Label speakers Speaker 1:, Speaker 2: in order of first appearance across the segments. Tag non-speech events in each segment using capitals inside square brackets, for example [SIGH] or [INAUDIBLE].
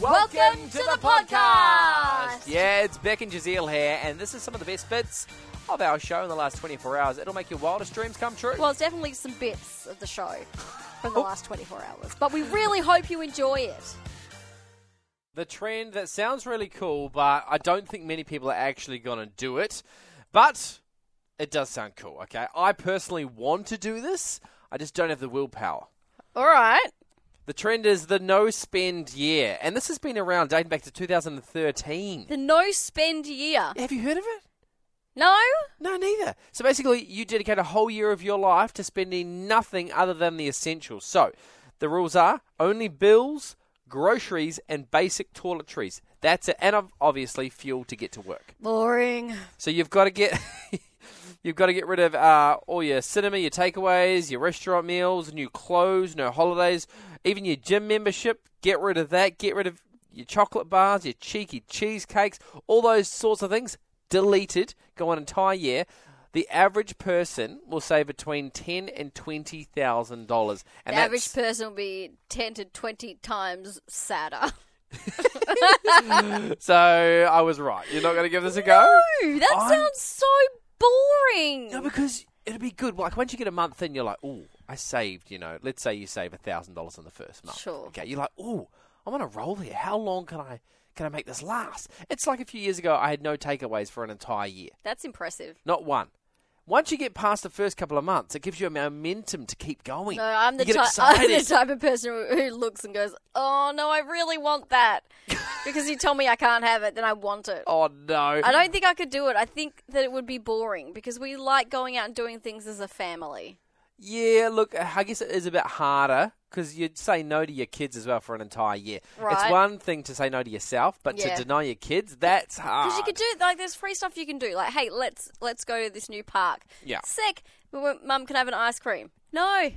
Speaker 1: Welcome to the podcast.
Speaker 2: Yeah, it's Beck and Giselle here, and this is some of the best bits of our show in the last 24 hours. It'll make your wildest dreams come true.
Speaker 1: Well, it's definitely some bits of the show from the
Speaker 2: Oh.
Speaker 1: last 24 hours, but we really hope you enjoy it.
Speaker 2: the trend that sounds really cool, but I don't think many people are actually going to do it. But it does sound cool, okay? I personally want to do this, I just don't have the willpower.
Speaker 1: All right.
Speaker 2: The trend is the no spend year, and this has been around dating back to 2013.
Speaker 1: The no spend year.
Speaker 2: Have you heard of it?
Speaker 1: No?
Speaker 2: No, neither. So basically, you dedicate a whole year of your life to spending nothing other than the essentials. So the rules are only bills, groceries, and basic toiletries. That's it, and ob- obviously fuel to get to work.
Speaker 1: Boring.
Speaker 2: So you've got to get. [LAUGHS] You've got to get rid of uh, all your cinema, your takeaways, your restaurant meals, new clothes, no holidays, even your gym membership. Get rid of that. Get rid of your chocolate bars, your cheeky cheesecakes, all those sorts of things. Deleted. Go an entire year. The average person will save between ten and twenty thousand dollars.
Speaker 1: The
Speaker 2: And
Speaker 1: average
Speaker 2: that's-
Speaker 1: person will be 10 to 20 times sadder.
Speaker 2: [LAUGHS] so I was right. You're not going to give this a go.
Speaker 1: Ooh, that
Speaker 2: I'm-
Speaker 1: sounds so boring.
Speaker 2: No, because it'll be good. Like once you get a month in, you're like, oh, I saved. You know, let's say you save a thousand dollars in the first month.
Speaker 1: Sure.
Speaker 2: Okay, you're like, oh, I'm on a roll here. How long can I can I make this last? It's like a few years ago, I had no takeaways for an entire year,
Speaker 1: That's impressive.
Speaker 2: not one. Once you get past the first couple of months, it gives you a momentum to keep going.
Speaker 1: No, I'm the,
Speaker 2: you get
Speaker 1: ty- [LAUGHS] I'm the
Speaker 2: excited.
Speaker 1: type of person who- who looks and goes, "Oh no, I really
Speaker 2: [LAUGHS]
Speaker 1: want that," because you tell me I can't have it, then I want it.
Speaker 2: oh no!
Speaker 1: I don't think I could do it. I think that it would be boring because we like going out and doing things as a family.
Speaker 2: Yeah, look, I guess it is a bit harder because you'd say no to your kids as well for an entire year.
Speaker 1: Right.
Speaker 2: It's one thing to say no to yourself, but
Speaker 1: Yeah.
Speaker 2: to deny your kids, that's hard.
Speaker 1: Because you could do like there's free stuff you can do. Like, hey, let's let's go to this new park.
Speaker 2: Yeah.
Speaker 1: Sick. We went, Mum, can I have an ice cream? No.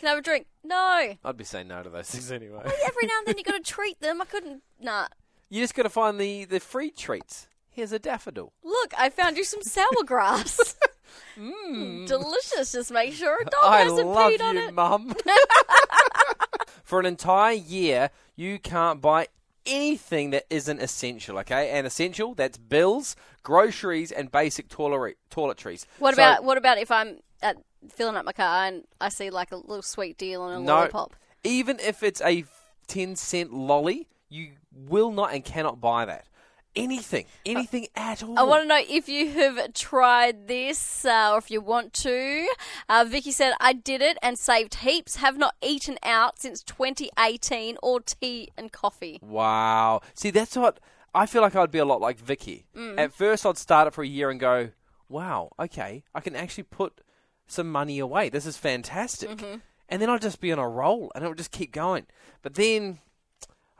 Speaker 1: Can I have a drink? No.
Speaker 2: I'd be saying no to those [LAUGHS] things anyway.
Speaker 1: Every now and then
Speaker 2: [LAUGHS]
Speaker 1: you got to treat them. I couldn't. Nah.
Speaker 2: you just got to find the, the free treats. Here's a daffodil.
Speaker 1: Look, I found you some sour
Speaker 2: [LAUGHS]
Speaker 1: grass. Mm, Delicious. Just make sure Oh, a dog
Speaker 2: I
Speaker 1: hasn't
Speaker 2: love
Speaker 1: peed on
Speaker 2: you,
Speaker 1: it. [LAUGHS]
Speaker 2: mum. [LAUGHS] For an entire year, you can't buy anything that isn't essential, okay? And essential, that's bills, groceries, and basic toilet- toiletries.
Speaker 1: What
Speaker 2: So-
Speaker 1: about what about if I'm at, filling up my car and I see like a little sweet deal on a lollipop?
Speaker 2: Even if it's a 10 cent lolly, you will not and cannot buy that. Anything. Anything at all.
Speaker 1: Uh, I want to know if you have tried this uh, or if you want to. Uh, Vicky said, I did it and saved heaps. Have not eaten out since 2018 or tea and coffee.
Speaker 2: Wow. See, that's what I feel like I'd be a lot like Vicky. At first, I'd start it for a year and go, wow, okay, I can actually put some money away. This is fantastic. And then I'd just be on a roll and it would just keep going. But then,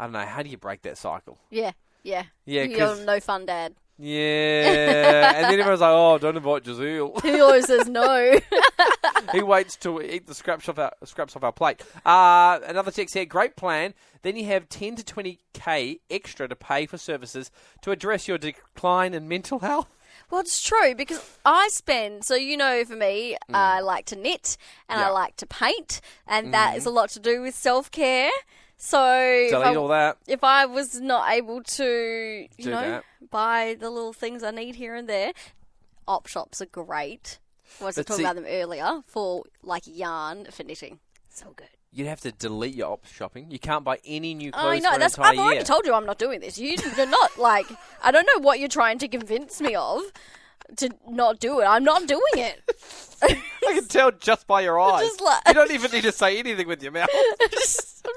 Speaker 2: I don't know, how do you break that cycle?
Speaker 1: Yeah, yeah.
Speaker 2: Yeah,
Speaker 1: You're
Speaker 2: 'cause-
Speaker 1: no fun dad.
Speaker 2: Yeah. and then everyone's like, oh, don't invite Giselle.
Speaker 1: Who always says no?
Speaker 2: [LAUGHS] he waits till we eat the scraps off our scraps off our plate. Uh, another text here. Great plan. Then you have ten to twenty k extra to pay for services to address your decline in mental health.
Speaker 1: [LAUGHS] Well, it's true because I spend, so you know, for me, I like to knit and I
Speaker 2: Mm. Yeah. Mm-hmm.
Speaker 1: like to paint, and that is a lot to do with self care. So if I,
Speaker 2: Delete all that.
Speaker 1: if I was not able to, you
Speaker 2: Do
Speaker 1: know,
Speaker 2: that.
Speaker 1: buy the little things I need here and there, op shops are great. I was
Speaker 2: But
Speaker 1: talking
Speaker 2: see-
Speaker 1: about them earlier for like yarn for knitting. So good.
Speaker 2: You'd have to delete your op shopping. You can't buy any new clothes
Speaker 1: Oh, I know.
Speaker 2: for an
Speaker 1: That's
Speaker 2: entire
Speaker 1: I've already
Speaker 2: year.
Speaker 1: told you I'm not doing this. You, you're not like I don't know what you're trying to convince me of to not do it. I'm not doing it. [LAUGHS]
Speaker 2: I can tell just by your eyes.
Speaker 1: just like-
Speaker 2: You don't even need to say anything with your
Speaker 1: [LAUGHS]
Speaker 2: mouth.
Speaker 1: I'm